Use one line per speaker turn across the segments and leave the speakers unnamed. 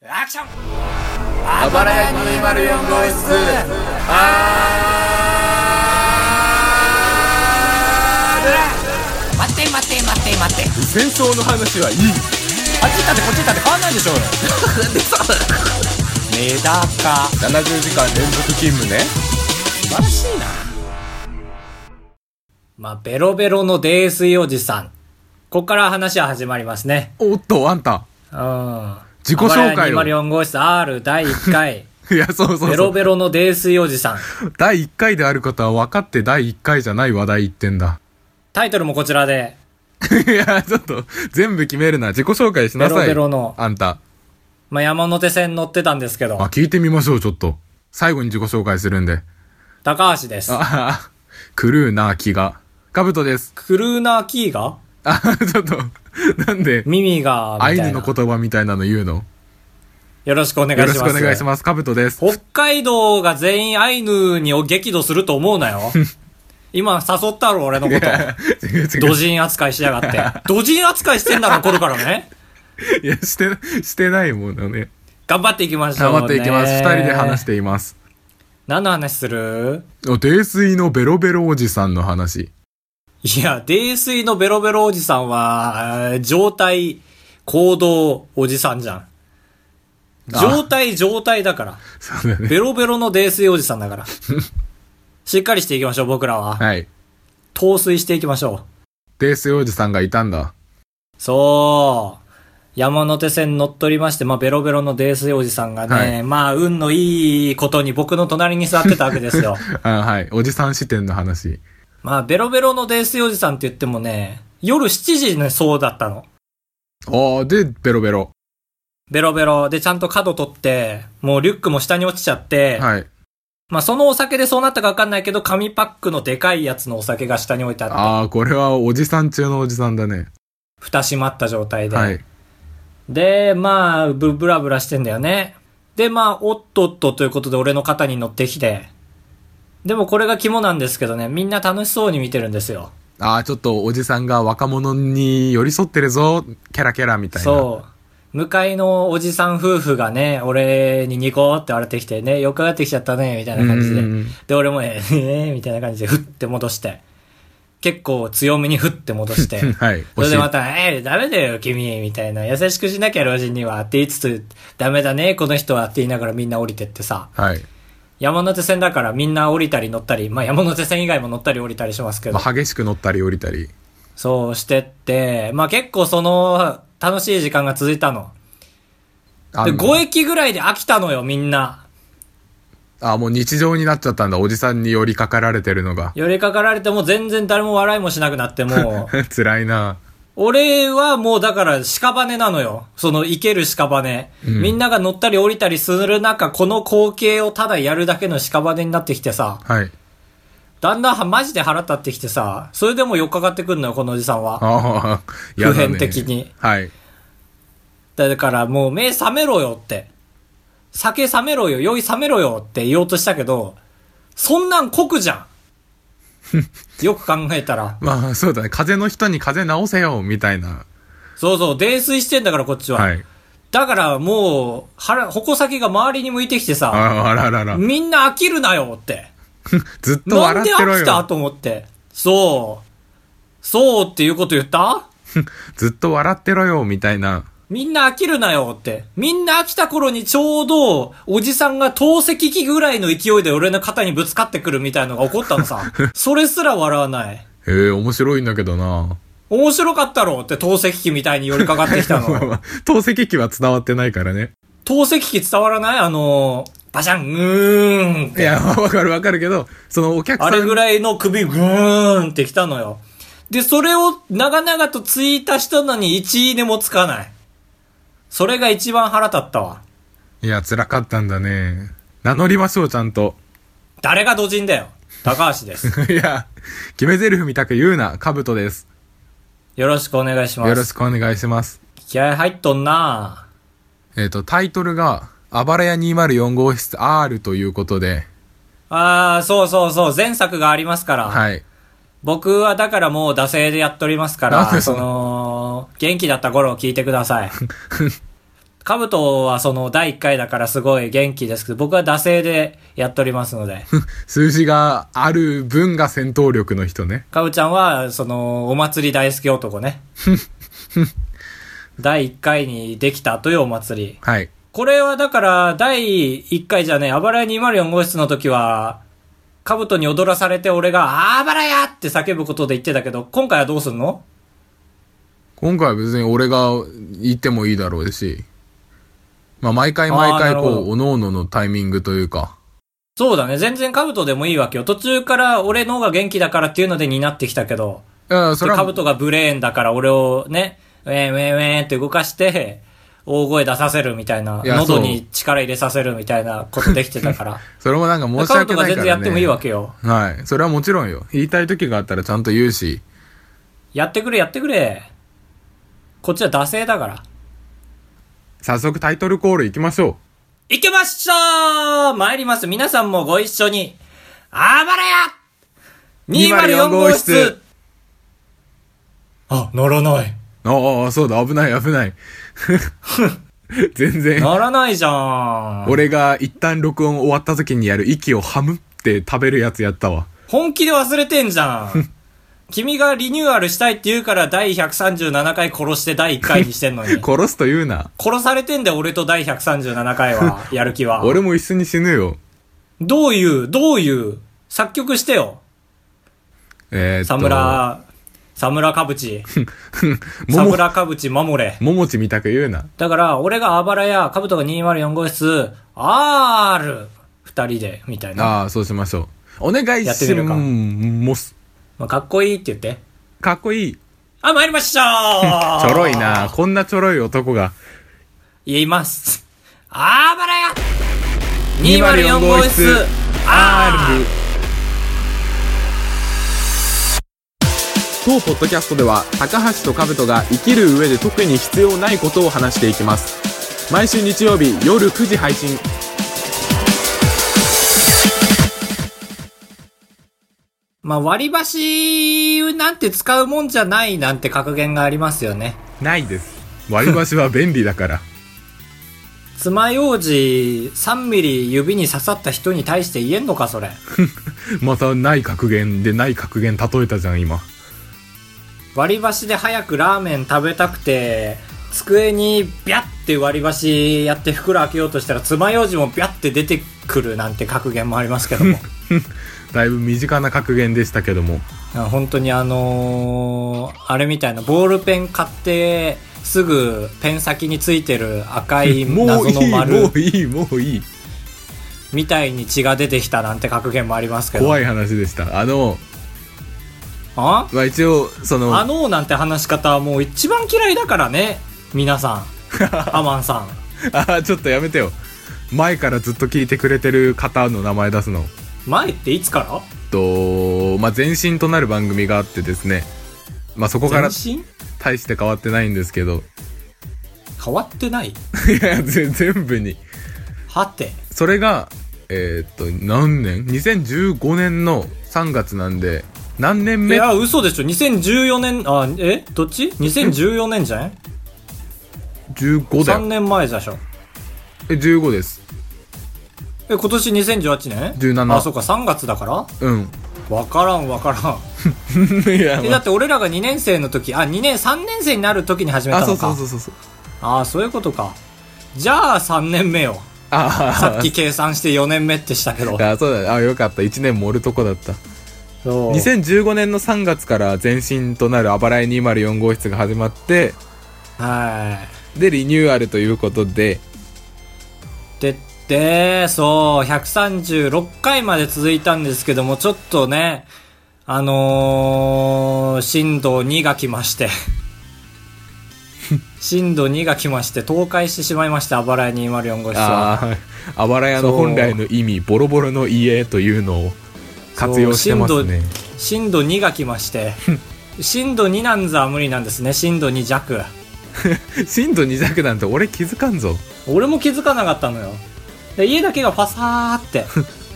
アクション
あばらや204号室
待って待って待って待って
戦争の話はいい
あっち行ったってこっち行ったって変わんないでしょうよメダカ
70時間連続勤務ね
素晴らしいなまあベロベロの泥酔おじさんここから話は始まりますね
おっとあんた
うん
自己紹介を
204号室 R 第1回
いやそうそう
ベ
そ
ロ
う
ベロの泥酔おじさん
第1回であることは分かって第1回じゃない話題言ってんだ
タイトルもこちらで
いやちょっと全部決めるな自己紹介しなさい
ベロベロの
あんた
まあ、山手線乗ってたんですけ
あ
ど、
聞いてみましょうちょっと最後に自己紹介するんで
高橋です。
あ ー狂うな気がかぶとです
クルーナーキーが
あちょっとなんで
耳が、
ア
み
イ
た
ヌ
い
の
な。
言葉みたいなの言うの
よろしくお願い
よ
し
ろ
ます。
しくお願いします。カブトです。
北海道が全員アイヌに激怒すると思うなよ。今誘ったろ、俺のこと。
違う違う
ドジン扱いしやがって。ドジン扱いしてんだろ、これからね。
いや、して、してないもんだね。
頑張っていきましょう、
頑
ね。。
張っていきます。二人で話してています。
何の話する
あ泥酔のベロベロおじさんの話。
いや、泥酔のベロベロおじさんは、えー状態、行動、おじさんじゃん。
あ
状態、状態だから。
そうだね。
ベロベロの泥酔おじさんだ から。しっかりしていきましょう、僕らは。
はい。
陶酔していきましょう。
泥酔おじさんがいたんだ。
そう。山手線乗っ取りまして、まあ、ベロベロの泥酔おじさんがね、
はい
まあ、運のいいことに僕の隣に座ってたわけですよ。
あはい。おじさん視点の話。
まあ、ベロベロの泥酔おじさんって言ってもね、夜7時のそうだったの。
ああ、で、ベロベロ。
ベロベロでちゃんと角取って、もうリュックも下に落ちちゃって、
はい。
まあ、そのお酒でそうなったかわかんないけど、紙パックのでかいやつのお酒が下に置いてあって、
ああ、これはおじさん中のおじさんだね。
蓋閉まった状態で。
はい。
で、まあ、ぶ、ぶらぶらしてんだよね。で、まあ、おっとっとということで俺の肩に乗ってきて。でもこれが肝なんですけどね、みんな楽しそうに見てるんですよ。
ああ、ちょっとおじさんが若者に寄り添ってるぞ。キャラキャラみたいな。
そう。向かいのおじさん夫婦がね、俺にニコって笑ってきてね、よくがってきちゃったね、みたいな感じで
うんうんうん。
で、俺もえー、えーみたいな感じで、ふって戻して。結構強めにふって戻して。
うん。 はい。
それで
教え
また、えー、ダメだよ、君、みたいな。優しくしなきゃ、老人には。って言いつつ、ダメだね、この人は。って言いながらみんな降りてってさ。
はい。
山手線だからみんな降りたり乗ったり、まあ山手線以外も乗ったり降りたりしますけど
ま。あ、激しく乗ったり降りたり。
そうしてって、まあ結構その、楽しい時間が続いたの。
あ
で、
の
5駅ぐらいで飽きたのよ、みんな。
あ、もう日常になっちゃったんだ。おじさんに寄りかかられてるのが。
寄りかかられても全然誰も笑いもしなくなってもう、
辛いな。
俺はもうだから屍なのよ。その行ける屍、みんなが乗ったり降りたりする中、この光景をただやるだけの屍になってきてさ、
はい。
だんだんはマジで腹立ってきてさ、それでもよっかかってくんのよ、このおじさんは。
ああ、やだね
普遍的に。
はい。
だからもう目覚めろよって。酒覚めろよ、酔い覚めろよって言おうとしたけど、そんなん酷じゃ ん。よく考えたら。
まあ、そうだね。風邪の人に風邪治せよ、みたいな。
そうそう、泥酔してんだからこっちは。
はい。
だからもう、腹、矛先が周りに向いてきて
あ
さ、
ああららら。
みんな飽きるなよって。
ずっと
なん
笑
で
ってろ
飽きた
よ。
と思って。そう。そうっていうこと言った
ずっと笑ってろよ、みたいな。
みんな飽きるなよって。みんな飽きた頃にちょうど、おじさんが透析機ぐらいの勢いで俺の肩にぶつかってくるみたいのが起こった のさ。それすら笑わない。
ええ面白いんだけどな。
面白かったろって透析機みたいに寄りかかってきたの。
透析機は伝わってないからね。
透析機伝わらないあのー、バシャン、うーんっ
い
て。
や、わかるわかるけど、そのお客さ
あ
ん。
れぐらいの首、ぐーんってきたのよ。で、それを長々とツイートしたのに1いいねもつかない。それが一番腹立ったわ。
いや、辛かったんだね。名乗りましょう、ちゃんと。
誰がドジンだよ。高橋です。
いや、決め台詞みたく言うな、カブトです。
よろしくお願いします。
よろしくお願いします。
気合入っとんな
えっ、と、タイトルが、あばらや204号室 R ということで、
あー、そうそうそう、前作がありますから。
はい。
僕はだからもう惰性でやっておりますか
なんで
ら、
そ
そ
の
の、元気だった頃を聞いてください。カブトはその第1回だからすごい元気ですけど、僕は惰性でやっておりますので、
数字がある分が戦闘力の人ね。
カブちゃんはそのお祭り大好き男ね。第1回にできたというお祭り。
はい。
これはだから第1回じゃねえ、あばらや204号室の時は、カブトに踊らされて俺が、あばらやって叫ぶことで言ってたけど、今回はどうすんの
今回は別に俺が言ってもいいだろうし、まあ毎回毎
あーな
回
る
こ
ほど
う、おのおののタイミングというか、
そうだね。全然カブトでもいいわけよ。途中から俺の方が元気だからっていうので担ってきたけど、
いや、それ
カ
は
ブ、トがブレーンだから俺をね、ウェンウェンウェンって動かして、大声出させるみたいな、
いやそう
喉に力入れさせるみたいなことできてたから。
それもなんか 申し
カブ
訳
トが
ない
全
から、ね。
然やってもいいわけよ。
はい。それはもちろんよ。言いたい時があったらちゃんと言うし、
やってくれやってくれ。こっちは惰性だから。
早速タイトルコール行きましょ
行きましょう参ります。皆さんもご一緒に。あばらや !204
204
号
号
室
室
あ、乗 らない。
う。ああ、そうだ、危ない危ない。 全然、
乗らないじゃん。
俺が一旦録音終わった時にやる息をハムって食べるやつやったわ。
本気で忘れてんじゃん。 君がリニューアルしたいって言うから第137回殺して第1回にしてん のに。
殺すと言うな。
殺されてんだよ、俺と第137回 は。やる気は。
俺も一緒に死ぬよ。
どういう、どういう、作曲してよ。
えー、っと。
サムラ、サムラカブチ。サ
も
ム
も、
ラカブチ守れ。
ももちみたく言うな。
だから、俺があばらや、カブトが204号室、R、二人で、みたいな。
ああ、そうしましょう。お願い
やって
し
みるか
もす。
まあ、かっこいいって言って。
かっこいい。ち
あ、参りましょ う
ょろいな。。こんなちょろい男が。
言います。あばらや
204
!204 号
号
室
室
R!
当ポッドキャストでは高橋と兜が生きる上で特に必要ないことを話していきます毎週日曜日夜9時配信
まあ、割り箸なんて使うもんじゃないなんて格言がありますよね。
ないです割り箸は便利だから
爪楊枝3ミリ指に刺さった人に対して言えんのか、それ。
またない格言でない格言例えたじゃん今
割り箸で早くラーメン食べたくて机にビャッて割り箸やって袋開けようとしたら爪楊枝もビャッて出てくるなんて格言もありますけども
だいぶ身近な格言でしたけども
あ本当にあのーあれみたいなボールペン買ってすぐペン先についてる赤い
も
謎
うい
の
いも
丸
ういいもういい
みたいに血が出てきたなんて格言もありますけど
怖い話でしたあの、
あ
まあ、一応その
あのーなんて話し方はもう一番嫌いだからね皆さ んアマンさん
ああちょっとやめてよ前からずっと聞いてくれてる方の名前出すの
前っていつから
と、まあ、前身となる番組があってですね、まあ、そこから
全身
大して変わってないんですけど
変わってない
いやぜ全部に
はて
それがえーっと何年2015年の3月なんで何年
い
目
や嘘でしょ2014年あえどっち2014年じゃん
?15 だ
3
よ
年前でしょ
え15です
え今年2018年
17
あそうか3月だから
うん
わからんわからん
いや、
え
ま
だ
あ
って俺らが2年生の時あ2年3年生になる時に始めた
あ
のか
そうそうそうそうそう
あそういうことかじゃあ3年目よ
ああ
さっき計算して4年目ってしたけど
あそうだあよかった1年もおるとこだった
そう
2015年の3月から前身となる「あばらい204号室」が始まって
はい
でリニューアルということで
で、で、そう、136回まで続いたんですけども、ちょっとね、あのー、震度2が来ま して、震度2が来まして、倒壊してしまいました、あばらや204号室は。
ああばら屋の本来の意味ボロボロの家というのを活用してますね
震度2が来まして、震度2なんざ無理なんですね、震度2弱。
震度2弱なんて俺気づかんぞ
俺も気づかなかったのよで家だけがファサーって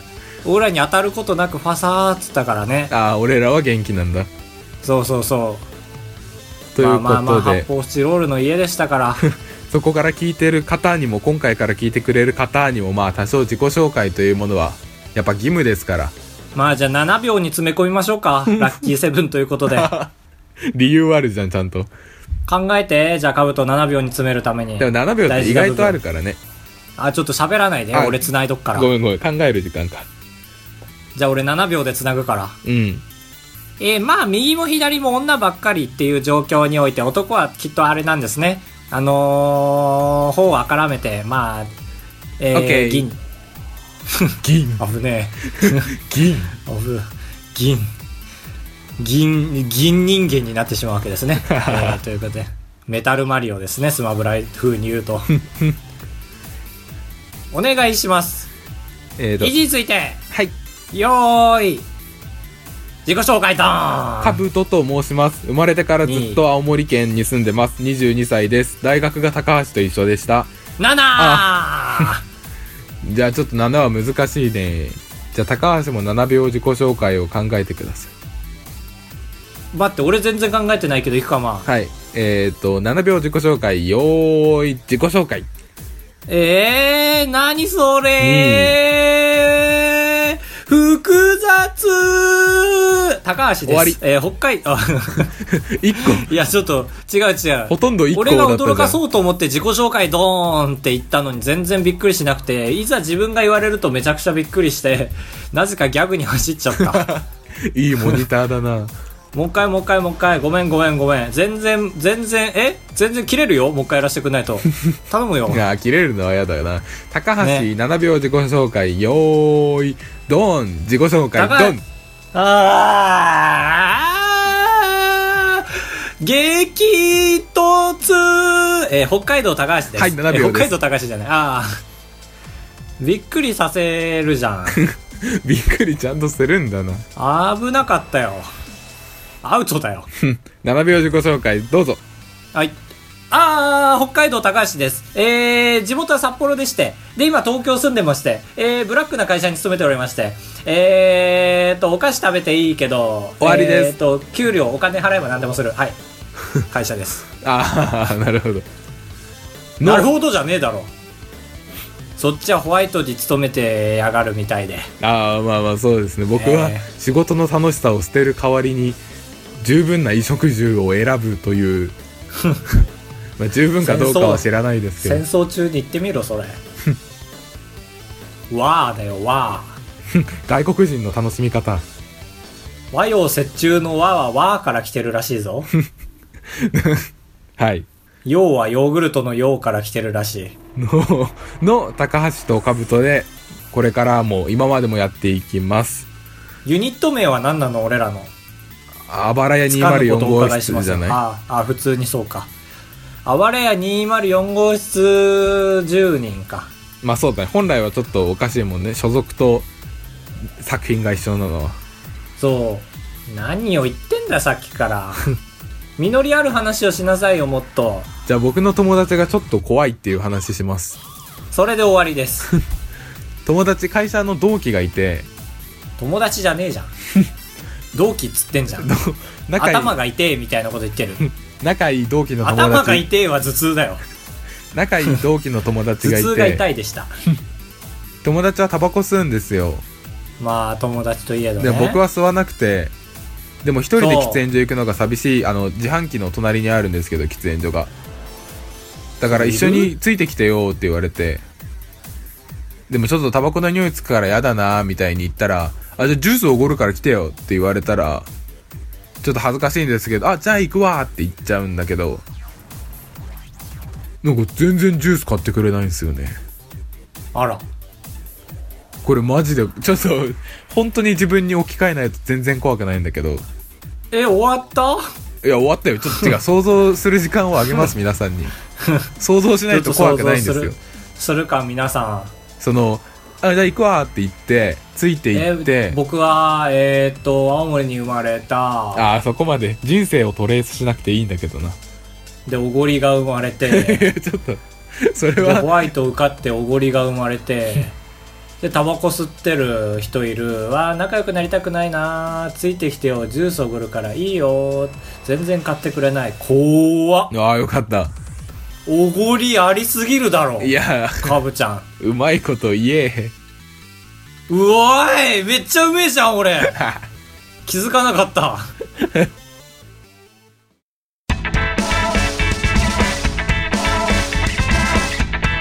俺らに当たることなくファサーっつったからね
ああ俺らは元気なんだ
そうそうそう
ということで、
まあまあまあ発泡スチロールの家でしたから
そこから聞いてる方にも今回から聞いてくれる方にもまあ多少自己紹介というものはやっぱ義務ですから
まあじゃあ7秒に詰め込みましょうか。ラッキーセブンということで。
理由はあるじゃんちゃんと
考えて、じゃあカブト7秒に詰めるために。
でも7秒って意外とあるからね
あ、ちょっと喋らないで。
あ
俺繋いどくから
ご。めんごめん考える時間か
じゃあ俺7秒で繋ぐから。
うん
えーまあ、右も左も女ばっかりっていう状況において、男はきっとあれなんですね。あのー、方をあからめて、まあ、えー
OK
銀。
銀
危ね
銀
え。危、銀。銀、銀人間になってしまうわけですね。えーということで、メタルマリオですね、スマブラ風に言うと。お願いします。
えーと
位置について、
はい
よーい。自己紹介だ
カブトと申します生まれてからずっと青森県に住んでます22歳です大学が高橋と一緒でした
ーん !7!
じゃあちょっと7は難しいねじゃあ高橋も7秒自己紹介を考えてください
待って、俺全然考えてないけど、行くかまあ。
はいえー、と7秒自己紹介よーい自己紹介
えー、何それー、複雑ー高橋です。
終わり
えー、北海、あ、
1個
いや、ちょっと、違う違う。
ほとんど1個だ
俺
ったじゃ
が
ん
驚かそうと思って自己紹介ドーンって言ったのに全然びっくりしなくて、いざ自分が言われるとめちゃくちゃびっくりして、なぜかギャグに走っち ゃった。
いいモニターだな
もう一回もう一回もう一回、ごめんごめんごめん。全然、全然、え全然切れるよもう一回やらせてくんないと。頼む よ。
いやー切れるのは嫌だよな高橋、
ね
7秒自己紹介よーいドン自己紹介
高
ド
い
ン
あー激突えー北海道高橋です。
はい7秒です
えー北海道高橋じゃない。あーびっくりさせるじゃん。
びっくりちゃんとするんだな
危なかったよ。アウトだよ。
7秒自己紹介どうぞ
はい。あー、北海道高橋です。えー、地元は札幌でして、で、今東京住んでまして、えー、ブラックな会社に勤めておりまして、えーと、お菓子食べていいけど、
終わりです
えーと、給料お金払えば何でもする。 はい。会社です。
ああなるほど の
なるほどじゃねえだろ。そっちはホワイトに勤めてやがるみたいで。
ああまあまあそうですね僕は
え
仕事の楽しさを捨てる代わりに十分な衣食住を選ぶと いうまあ十分かどうかは知らないですけ
戦
ど
争中に行ってみろ、 それ。わーだよ、わー。
外国人の楽しみ方
和洋折衷の和は和から来てるらしいぞ。
はい
洋はヨーグルトの洋から来てるらしい。
のの高橋と兜でこれからも今までもやっていきます
ユニット名は何なの俺らの。
あばらや
つかぬこ
204
とをお
号
伺いしま
室
す
じゃない
ああ、ああ普通にそうか。あわれや204号室10人か。
まあそうだね本来はちょっとおかしいもんね所属と作品が一緒なのは
そう。何を言ってんださっき から。実りある話をしなさいよ、もっと。
じゃあ僕の友達がちょっと怖いっていう話します
それで終わりです。
友達会社の同期がいて
友達じゃねえじゃん。同期っつってんじゃん。
仲いい
頭が痛えみたいなこと言ってる。
仲いい同期の友
頭が
達
痛えは頭痛だよ。
仲いい同期の友達がい
頭 痛が
て
痛い でした。
友達はタバコ吸うんですよ
まあ、友達といえど
で
ね。
僕は吸わなくてでも一人で
そ
喫
う
煙所行くのが寂しいあの自販機の隣にあるんですけど喫煙所がだから一緒についてきてよって言われてでもちょっとタバコの匂いつくからやだなみたいに言ったらあじゃあジュースおごるから来てよって言われたらちょっと恥ずかしいんですけどあじゃあ行くわって言っちゃうんだけどなんか全然ジュース買ってくれないんですよね
あら。
これマジでちょっと本当に自分に置き換えないと全然怖くないんだけど
え、終わった
いや終わった よちょっと違う想像する時間をあげ ます皆さんに想像しないと怖くないんです
ちょ
よ
っと想像するか、皆さ
そのあじゃあ行くわって言ってついて
ん。
行って、
僕は、えーっと、青森に生まれた。
ああそこまで人生をトレースしなくていいんだけどな
で、おごりが生まれて。
ちょっとそれ
で
は
ホワイト受かっておごりが生まれてでタバコ吸ってる人いるわあ仲良くなりたくないなついてきてよジュースおごるからいいよ全然買ってくれない怖っ
ああよかった
おごりありすぎるだろ。
いや、
カブちゃん。
うまいこと言え。
うおーいめっちゃうめえじゃん、俺気づかなかった。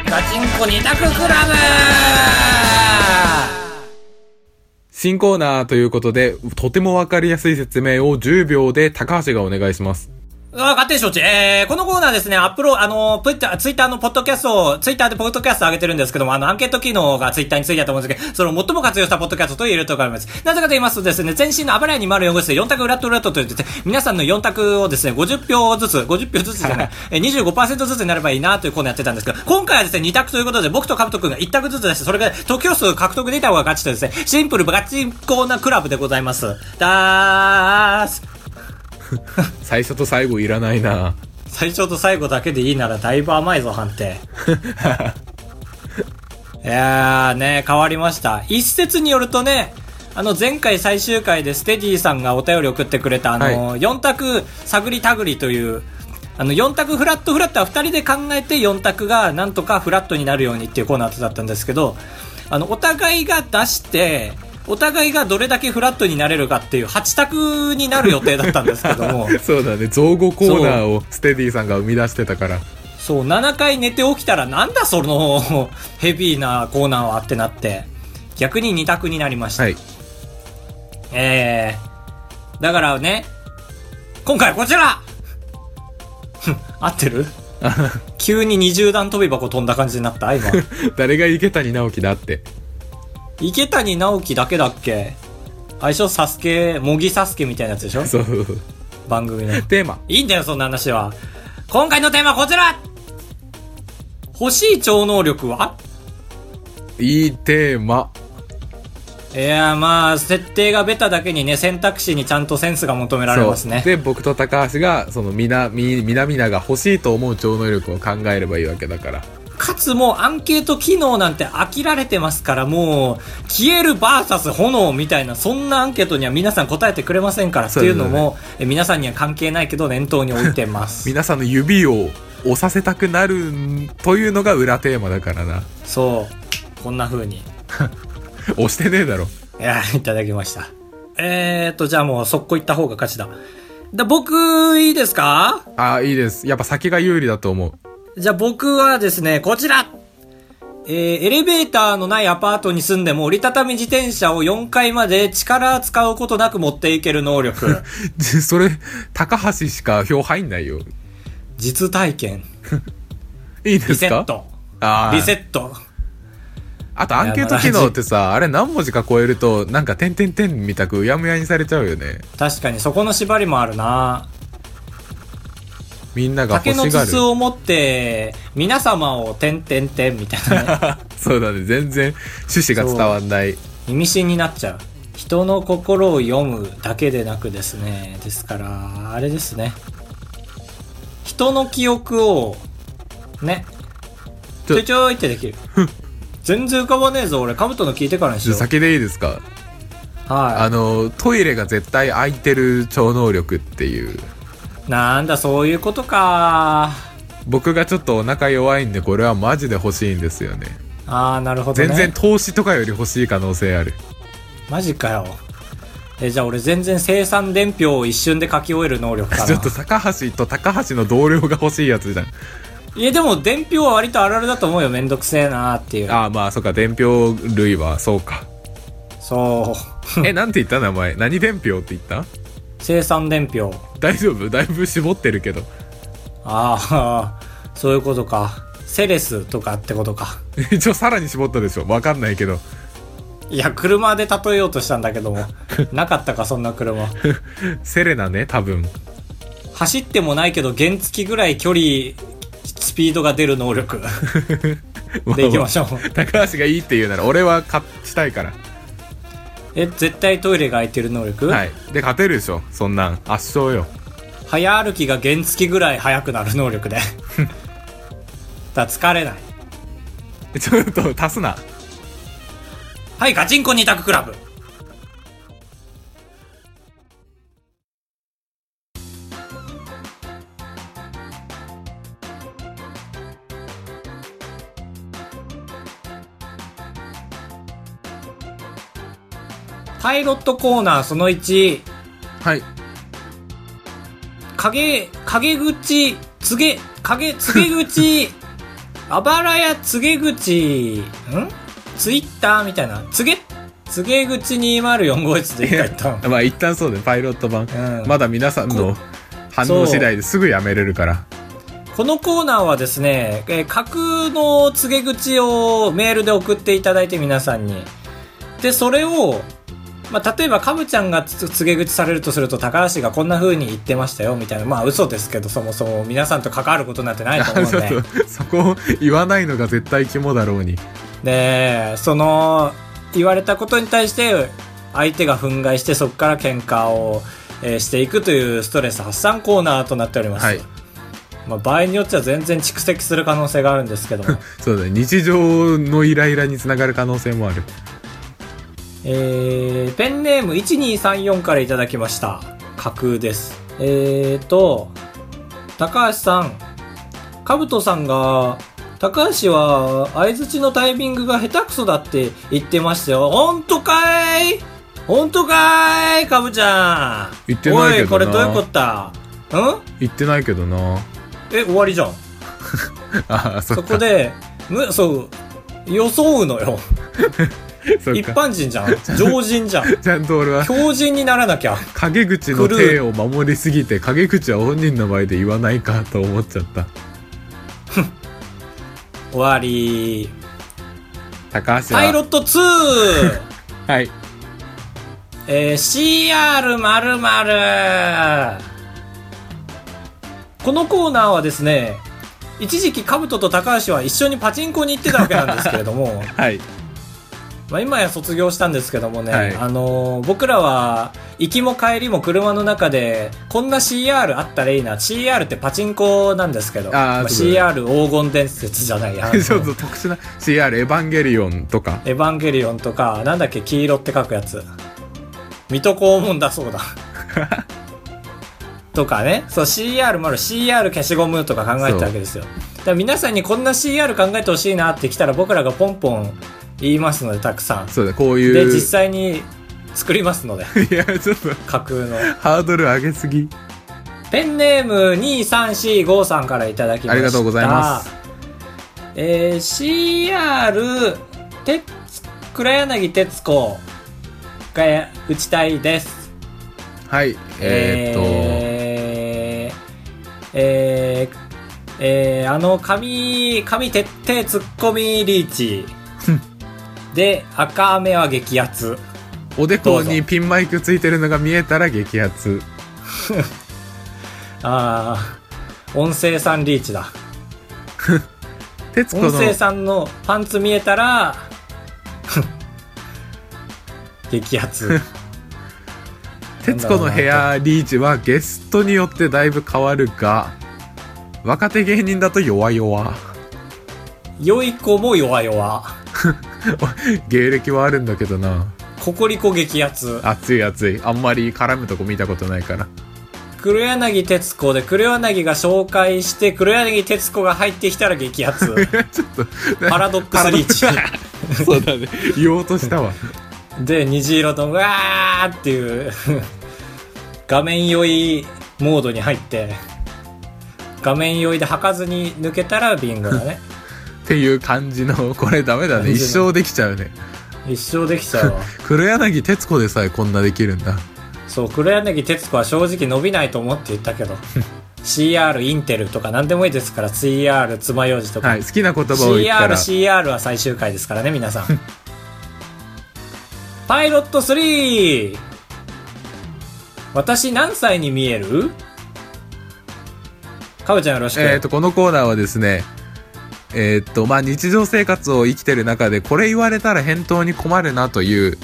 ガチンコ二択クラブ
新コーナーということで、とてもわかりやすい説明を10秒で高橋がお願いします。
あ、勝手に承知。えー、このコーナーですね、アップロ、あの、ツイッター、ツイッターのポッドキャストを、ツイッターでポッドキャスト上げてるんですけども、あの、アンケート機能がツイッターについてたと思うんですけど、それを最も活用したポッドキャストと言えると思います。なぜかと言いますとですね、全身のあばらや204号室で4択裏と裏とと言ってて、皆さんの4択をですね、50票ずつ、50票ずつじゃない、えー25%ずつになればいいなというコーナーやってたんですけど、今回はですね、2択ということで、僕とカブト君が1択ずつ出して、それが得票数獲得できた方が勝ちというですね、シンプルガチンコーナークラブでございます。だーす。
最初と最後いらないな。
最初と最後だけでいいならだいぶ甘いぞ判定いやーね変わりました一説によるとねあの前回最終回でステディさんがお便り送ってくれたあの、4択探り探りというあの4択フラットフラットは2人で考えて4択がなんとかフラットになるようにっていうコーナーだったんですけどあのお互いが出してお互いがどれだけフラットになれるかっていう8択になる予定だったんですけども
そうだね、造語コーナーをステディさんが生み出してたから。
そう、7回寝て起きたらなんだその ヘビーなコーナーはってなって、逆に2択になりました。
はい。
えー、だからね、今回こちら ふん合ってる急に二重段飛び箱飛んだ感じになっ た今。
誰が池谷直樹だって。
池谷直樹だけだっけ相性サスケ、模擬サスケみたいなやつでしょ
そう。
番組の。
テーマ。
いいんだよ、そんな話は。今回のテーマはこちら欲しい超能力はい
いテーマ。
いやーまあ、設定がベタだけにね、選択肢にちゃんとセンスが求められますね。
で、僕と高橋が、その、みな、み、みなみなが欲しいと思う超能力を考えればいいわけだから。
かつもうアンケート機能なんて飽きられてますから、もう、消える VS 炎みたいな、そんなアンケートには皆さん答えてくれませんから、って
そう
い
で
う
すね
のも、え皆さんには関係ないけど念頭に置いて ます。
皆さんの指を押させたくなるんというのが裏テーマだからな。
そう。こんな風に。
押してねえだろ。
いや、いただきました。えーと、じゃあもう速攻行った方が勝ちだ。だ僕、いいですか
ああ、いいです。やっぱ先が有利だと思う。
じゃあ僕はですね、こちらえー、エレベーターのないアパートに住んでも折りたたみ自転車を4階まで力使うことなく持っていける 能力。
それ、高橋しか票入んないよ。
実体験。
いいですか
リセット。
ああ。
リセット。
あとアンケート機能ってさ、あれ何文字か超えると、なんか点点点みたくうやむやにされちゃうよね。
確かにそこの縛りもあるな
みんなが
竹の
欲しがる。
筒を持って、皆様を点々点みたいなね。
そうだね。全然趣旨が伝わんない。
意味深になっちゃう。人の心を読むだけでなくですね。ですから、あれですね。人の記憶を、ね。
ち
ち
ょ
ょいちょいってできる。全然浮かばねえぞ、俺。カブトの聞いてからにし
じゃ
よ
あ
う。
先でいいですかあ
は
の、トイレが絶対空いてる超能力っていう。
い。なんだ、そういうことか。
僕がちょっとお腹弱いんで、これはマジで欲しいんですよね。
あー、なるほどね。
全然。投資とかより欲しい可能性ある。
マジかよ。え、じゃあ俺全然生産伝票を一瞬で書き終える能力か な。
ちょっと高橋と高橋の同僚が欲しいやつじゃん。
いや、でも伝票は割とあるあるだと思うよ。めんどくせえなーっていう。
ああ、まあ、そっか、伝票類は、そうか。
そう。
え、なんて言った名前。何伝票って言った
生産伝票。
大丈夫だいぶ絞ってるけど。
ああ、そういうことか。セレスとかってことか。
一応さらに絞ったでしょわかんないけど。
いや、車で例えようとしたんだけども。 なかったか、そんな車。
セレナね、多分。
走ってもないけど、原付きぐらい距離、スピードが出る 能力。で、行きましょう。
高橋がいいって言うなら、俺は勝ちたいから。
え、絶対トイレが空いてる能力
はい。で、勝てるでしょそんなん。圧勝よ。
早歩きが原付きぐらい速くなる能力 で。だから疲れない。
ちょっと、足すな。
はい、ガチンコ二択クラブ。パイロットコーナーその1、
はい。
陰、陰口、告げ、陰、告 げ口、あばらや告げ口、んツイッターみたいな、告げ、告げ口204号室で一回言ったの
まあ一旦そうだね、パイロット版。
うん
まだ皆さんの反応次第ですぐやめれるから。
このコーナーはですね、えー架空の告げ口をメールで送っていただいて皆さんに。で、それを、まあ、例えば、かぶちゃんがつ告げ口されるとすると、高橋がこんな風に言ってましたよ、みたいな。まあ、嘘ですけど、そもそも皆さんと関わることなんてないと思う ん
そ
で。
うそう。そこを言わないのが絶対肝だろうに。
でその言われたことに対して相手が憤慨してそこから喧嘩を、えーしていくというストレス発散コーナーとなっております、
はい。
まあ、場合によっては全然蓄積する可能性があるんですけども、
そうだね。日常のイライラにつながる可能性もある。
えーペンネーム1234からいただきました架空ですえーと高橋さんかぶとさんが高橋は相づちのタイミングが下手くそだって言ってましたよ本当かい本当かいかぶちゃん
言ってないけどな
おいこれどういうことだん
言ってないけどな。
え終わり じゃん
ああ、そ
そ
っ
こ
か。
でむそう装うのよ
そっ
一
か。
般人じゃん常人じゃん
ちゃんと俺は
強人にならなきゃ
陰口の手を守りすぎて陰口は本人の前で言わないかと思っちゃった
終わり
高橋は
パイロット 2!
はい
えー、CR○○! このコーナーはですね、一時期カブトと高橋は一緒にパチンコに行ってたわけなんですけれ ども、
はい
まあ今や卒業したんですけどもね、
はい
あのー僕らは行きも帰りも車の中で、こんな CR あったらいいな、CR ってパチンコなんですけど、
ー
まあ
そうだ
CR 黄金伝説じ ゃないや
ちょっと特殊な CR エヴァンゲリオンとか
エヴァンゲリオンとか、なんだっけ、黄色って書くやつ。水戸黄門だそうだ。 とかね、そう CR もある、CR 消しゴムとか考えてたわけですよ。だから皆さんにこんな CR 考えてほしいなって来たら僕らがポンポン言いますので、たくさん。
そうだこういう
で、実際に作りますので、
いやちょっと
架空の。
ハードル上げすぎ
ペンネーム2345さんからいただきました。
ありがとうございます。
えー、CR、てつ、黒柳徹子が打ちたいです。
はいえー、っ
えーえーえーあの、髪、髪徹底突っ込みリーチ。で、赤目は激アツ。
とおでこにピンマイクついてるのが見えたら激アツ
あー、音声さんリーチだ。
徹子
音
の
声さんのパンツ見え たら激アツ
徹子の部屋リーチはゲストによってだいぶ変わるが若手芸人だと弱々
良い子も弱々
芸歴はあるんだけどな
ココリコ激アツ
熱い熱いあんまり絡むとこ見たことないから
黒柳徹子で黒柳が紹介して黒柳徹子が入ってきたら激アツ
ちょっ
パラドックスリーチ
とそうだね言おうとしたわ
で虹色のうわーっていう 画面酔いモードに入って画面酔いで履かずに抜けたらビンゴだ ね
っていう感じのこれダメだね
感じ
一
の
生できちゃうね
一生できちゃうわ
黒柳徹子でさえこんなできるんだ
そう、黒柳徹子は正直伸びないと思って言った けど、CR、インテルとか何でもいいですから、CR、爪楊枝とか、
はい好きな言葉を言っ
CR、
たら
CR は最終回ですからね、皆さん。 パイロット 3! 私何歳に見えるかぶちゃんよろしく。
えっ、とこのコーナーはですねえっ、とまあ日常生活を生きてる中でこれ言われたら返答に困るなという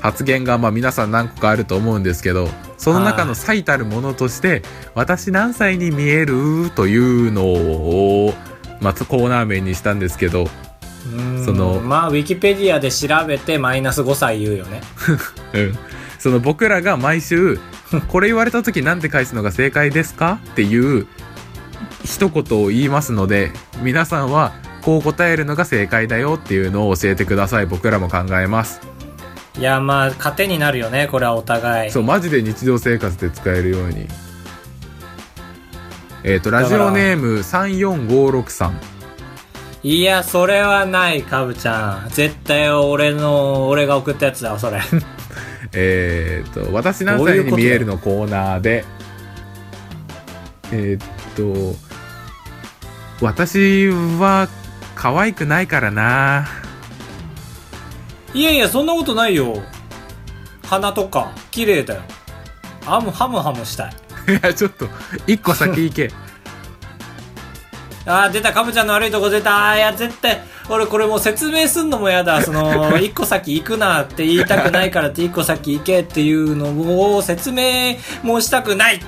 発言がまあ皆さん何個かあると思うんですけどその中の最たるものとして「私何歳に見える?」というのを、まあ、コーナー名にしたんですけど
うーん
その
まあ、ウィキペディアで調べてマイナス5歳言うよね。
うん、その僕らが毎週 「これ言われた時なんて返すのが正解ですか?」っていう一言を言いますので皆さんはこう答えるのが正解だよっていうのを教えてください僕らも考えます
いや、まあ、糧になるよね、これはお互い。
そうマジで日常生活で使えるようにえっ、とラジオネーム34563さん
いや、それはない、かぶちゃん。絶対俺の、俺が送ったやつだわ、それ。
えっ、と「私何
どうい
歳
うこ
に
と
見える」のコーナーでえっ、と「私は可愛くないからない
やいや、そんなことないよ。鼻とか、綺麗だよ。ハムハムハムしたい。」
いやちょっと一個先行 け
あー、出た、かぶちゃんの悪いとこ出た。あーいや、絶対、俺これもう説明すんのもやだ。その、一個先行くなって言いたくないからって、一個先行けっていうのも、説明もしたくない。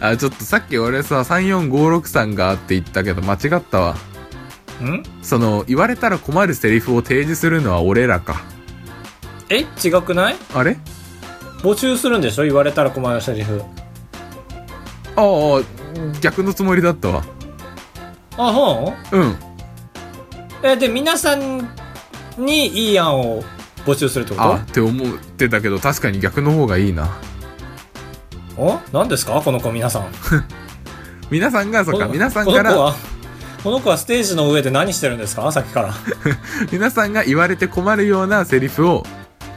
あちょっとさっき俺さ34563がって言ったけど間違ったわ
ん
その言われたら困るセリフを提示するのは俺らか
え違くない
あれ
募集するんでしょ言われたら困るセリフ。
ああ逆のつもりだったわ
あ、ほん
うん
え、で、皆さんにいい案を募集するってこ
あって思ってたけど確かに逆の方がいいな
とお何ですかこの子皆さん。
皆さんがそうか
この
皆さんか
この子
ら
はこの子はステージの上で何してるんですかさっきから
皆さんが言われて困るようなセリフを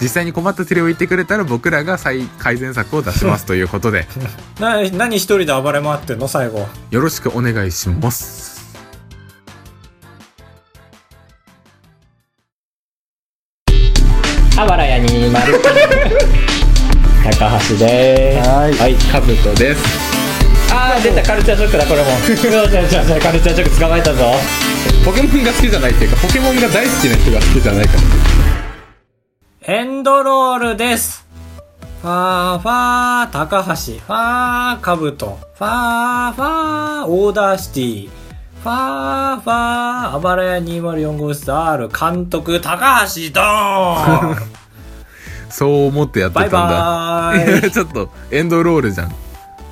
実際に困ったセリフを言ってくれたら僕らが再改善策を出しますということ で
な何一人で暴れ回ってんの最後
よろしくお願いします
あばらや にまる高橋で
はいはいカブトです
すああ出たカルチャーショックだ これもじゃじゃじゃカルチャーショック捕まえたぞ
ポケモンが好きじゃないっていうかポケモンが大好きな人が好きじゃないから
エンドロールですファーファー高橋ファーカブトファーファーオーダーシティファーファーあばらや204号室 R 監督高橋 ドーン
そう思ってやってた
バ
ん
イ
だ
バー イ
ちょっとエンドロールじゃん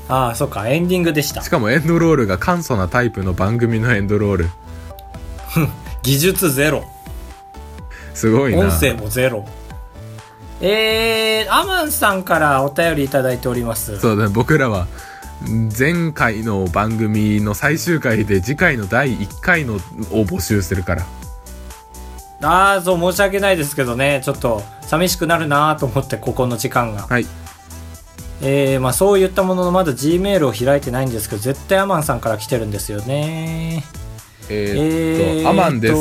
ああ、そっか、エンディングでした
し。かもエンドロールが簡素なタイプの番組のエンドロール
技術ゼロ。
すごいな
音声もゼロ。えー、アマンさんからお便りいただいております。
そうだね僕らは前回の番組の最終回で次回の第1回のを募集するから
ああ、そう、申し訳ないですけどね、ちょっと寂しくなるなーと思って、ここの時間が。
はい
えー、まあそう言ったものの、まだ G メールを開いてないんですけど、絶対アマンさんから来てるんですよね。
えーっと、
えーと
アマンです。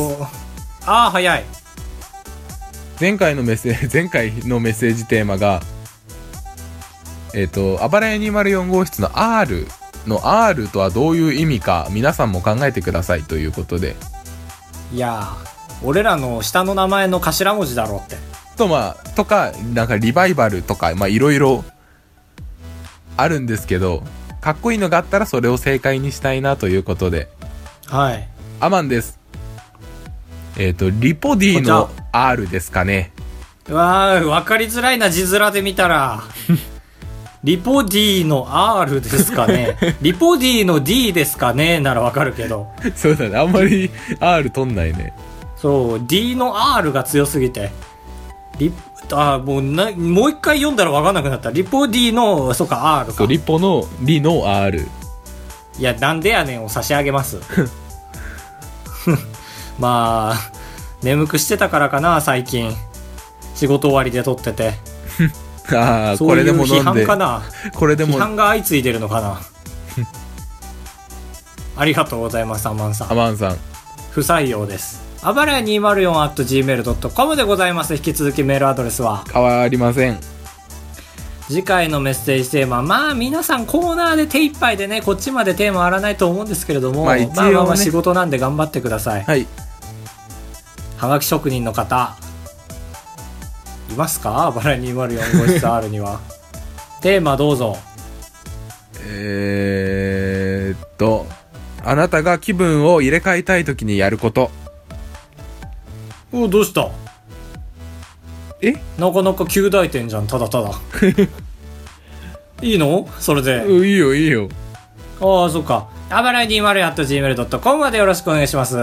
ああ、早い。
前回のメッセージ 前回のメッセージテーマがえーっ、と「あばらや204号室の R」の R とはどういう意味か皆さんも考えてくださいということで
いやー、俺らの下の名前の頭文字だろうって。
とまあとかなんかリバイバルとかまあいろいろあるんですけどかっこいいのがあったらそれを正解にしたいなということで
はい。
アマンですえっ、とリポ D の R ですかね
うわー、わかりづらいな、字面で見 たら。リポ D の R です かね。リポ D の D ですかねならわかるけど。
そうだねあんまり R 取んないね
そう、D の R が強すぎて。リあーもうな、もう一回読んだらわかんなくなった。リポ D の、そうか、R
そ
か
う。リポのリの R
いや、なんでやねんを差し上げます。 まあ、眠くしてたからかな、最近。仕事終わりで撮ってて。
ああ
そ
こ
う
れ
い
で
う
も
批
飲ん
判
で
かな。
これでも
批判が相次いでるの かなありがとうございますアマンさ
ア
ん
マンさん
不採用ですあばらや 204.gmail.com でございます引き続きメールアドレスは
変わりません
次回のメッセージテーマまあ皆さんコーナーで手一杯でねこっちまでテーマはあらないと思うんですけれど
ま
も、ま
あ
あ
一応ね
まあまあ仕事なんで頑張ってください、
はい
はがき職人の方いますかあばらや204号室 R にはテーマどうぞ
えー、っとあなたが気分を入れ替えたい時にやること
おどうした
え
なかなか旧大点じゃん、た だただ。いいのそれで。
うんいいよいいよ
ああ、そっか。あばらい 204.gmail.com までよろしくお願いします。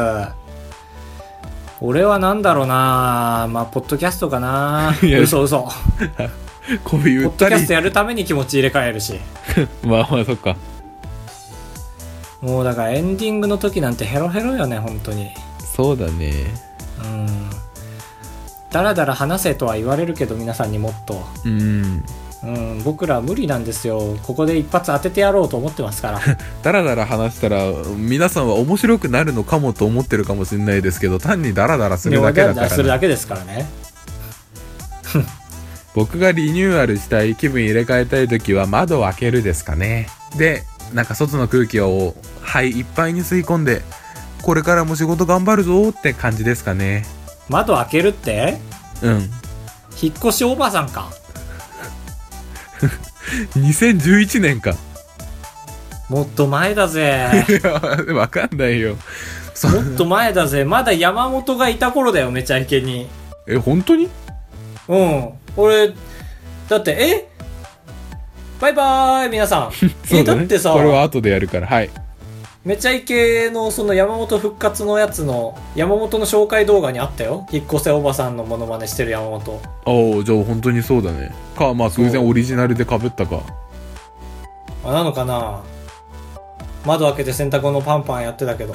俺はなんだろうなまあ、ポッドキャスト かない
や
嘘嘘。
こうい
ポ
う
ッド
二
キャスト
人
やるために気持ち入れ替えるし。
まあまあそっか
もうだからエンディングの時なんてヘロヘロよね、本当に。
そうだね
うん。だらだら話せとは言われるけど、皆さんにもっと。
うん
うん、僕ら無理なんですよ。ここで一発当ててやろうと思ってますから。
だらだら話したら皆さんは面白くなるのかもと思ってるかもしれないですけど単にダラダラするだけだ
ね俺ら
から
する
な
だけですからね。
僕がリニューアルしたい気分入れ替えたい時は窓を開けるですかねでなんか外の空気を肺いっぱいに吸い込んでこれからも仕事頑張るぞって感じですかね
窓開けるって
うん
引っ越しおばさんか。
2011年か
もっと前だぜ。
いやわかんないよ そ
もっと前だぜ。まだ山本がいた頃だよ、めちゃイケに。
え本当に
うん。俺、だって、えバイバーイ、皆さん。え、だってさ
こ、れは後でやるからはい
めちゃイケのその山本復活のやつの、山本の紹介動画にあったよ。引っ越せおばさんのモノマネしてる山本。
おおじゃあ本当にそうだねかまあ偶然
そう
オリジナルでかぶったか
あ、なのかな窓開けて洗濯のパンパンやってたけど。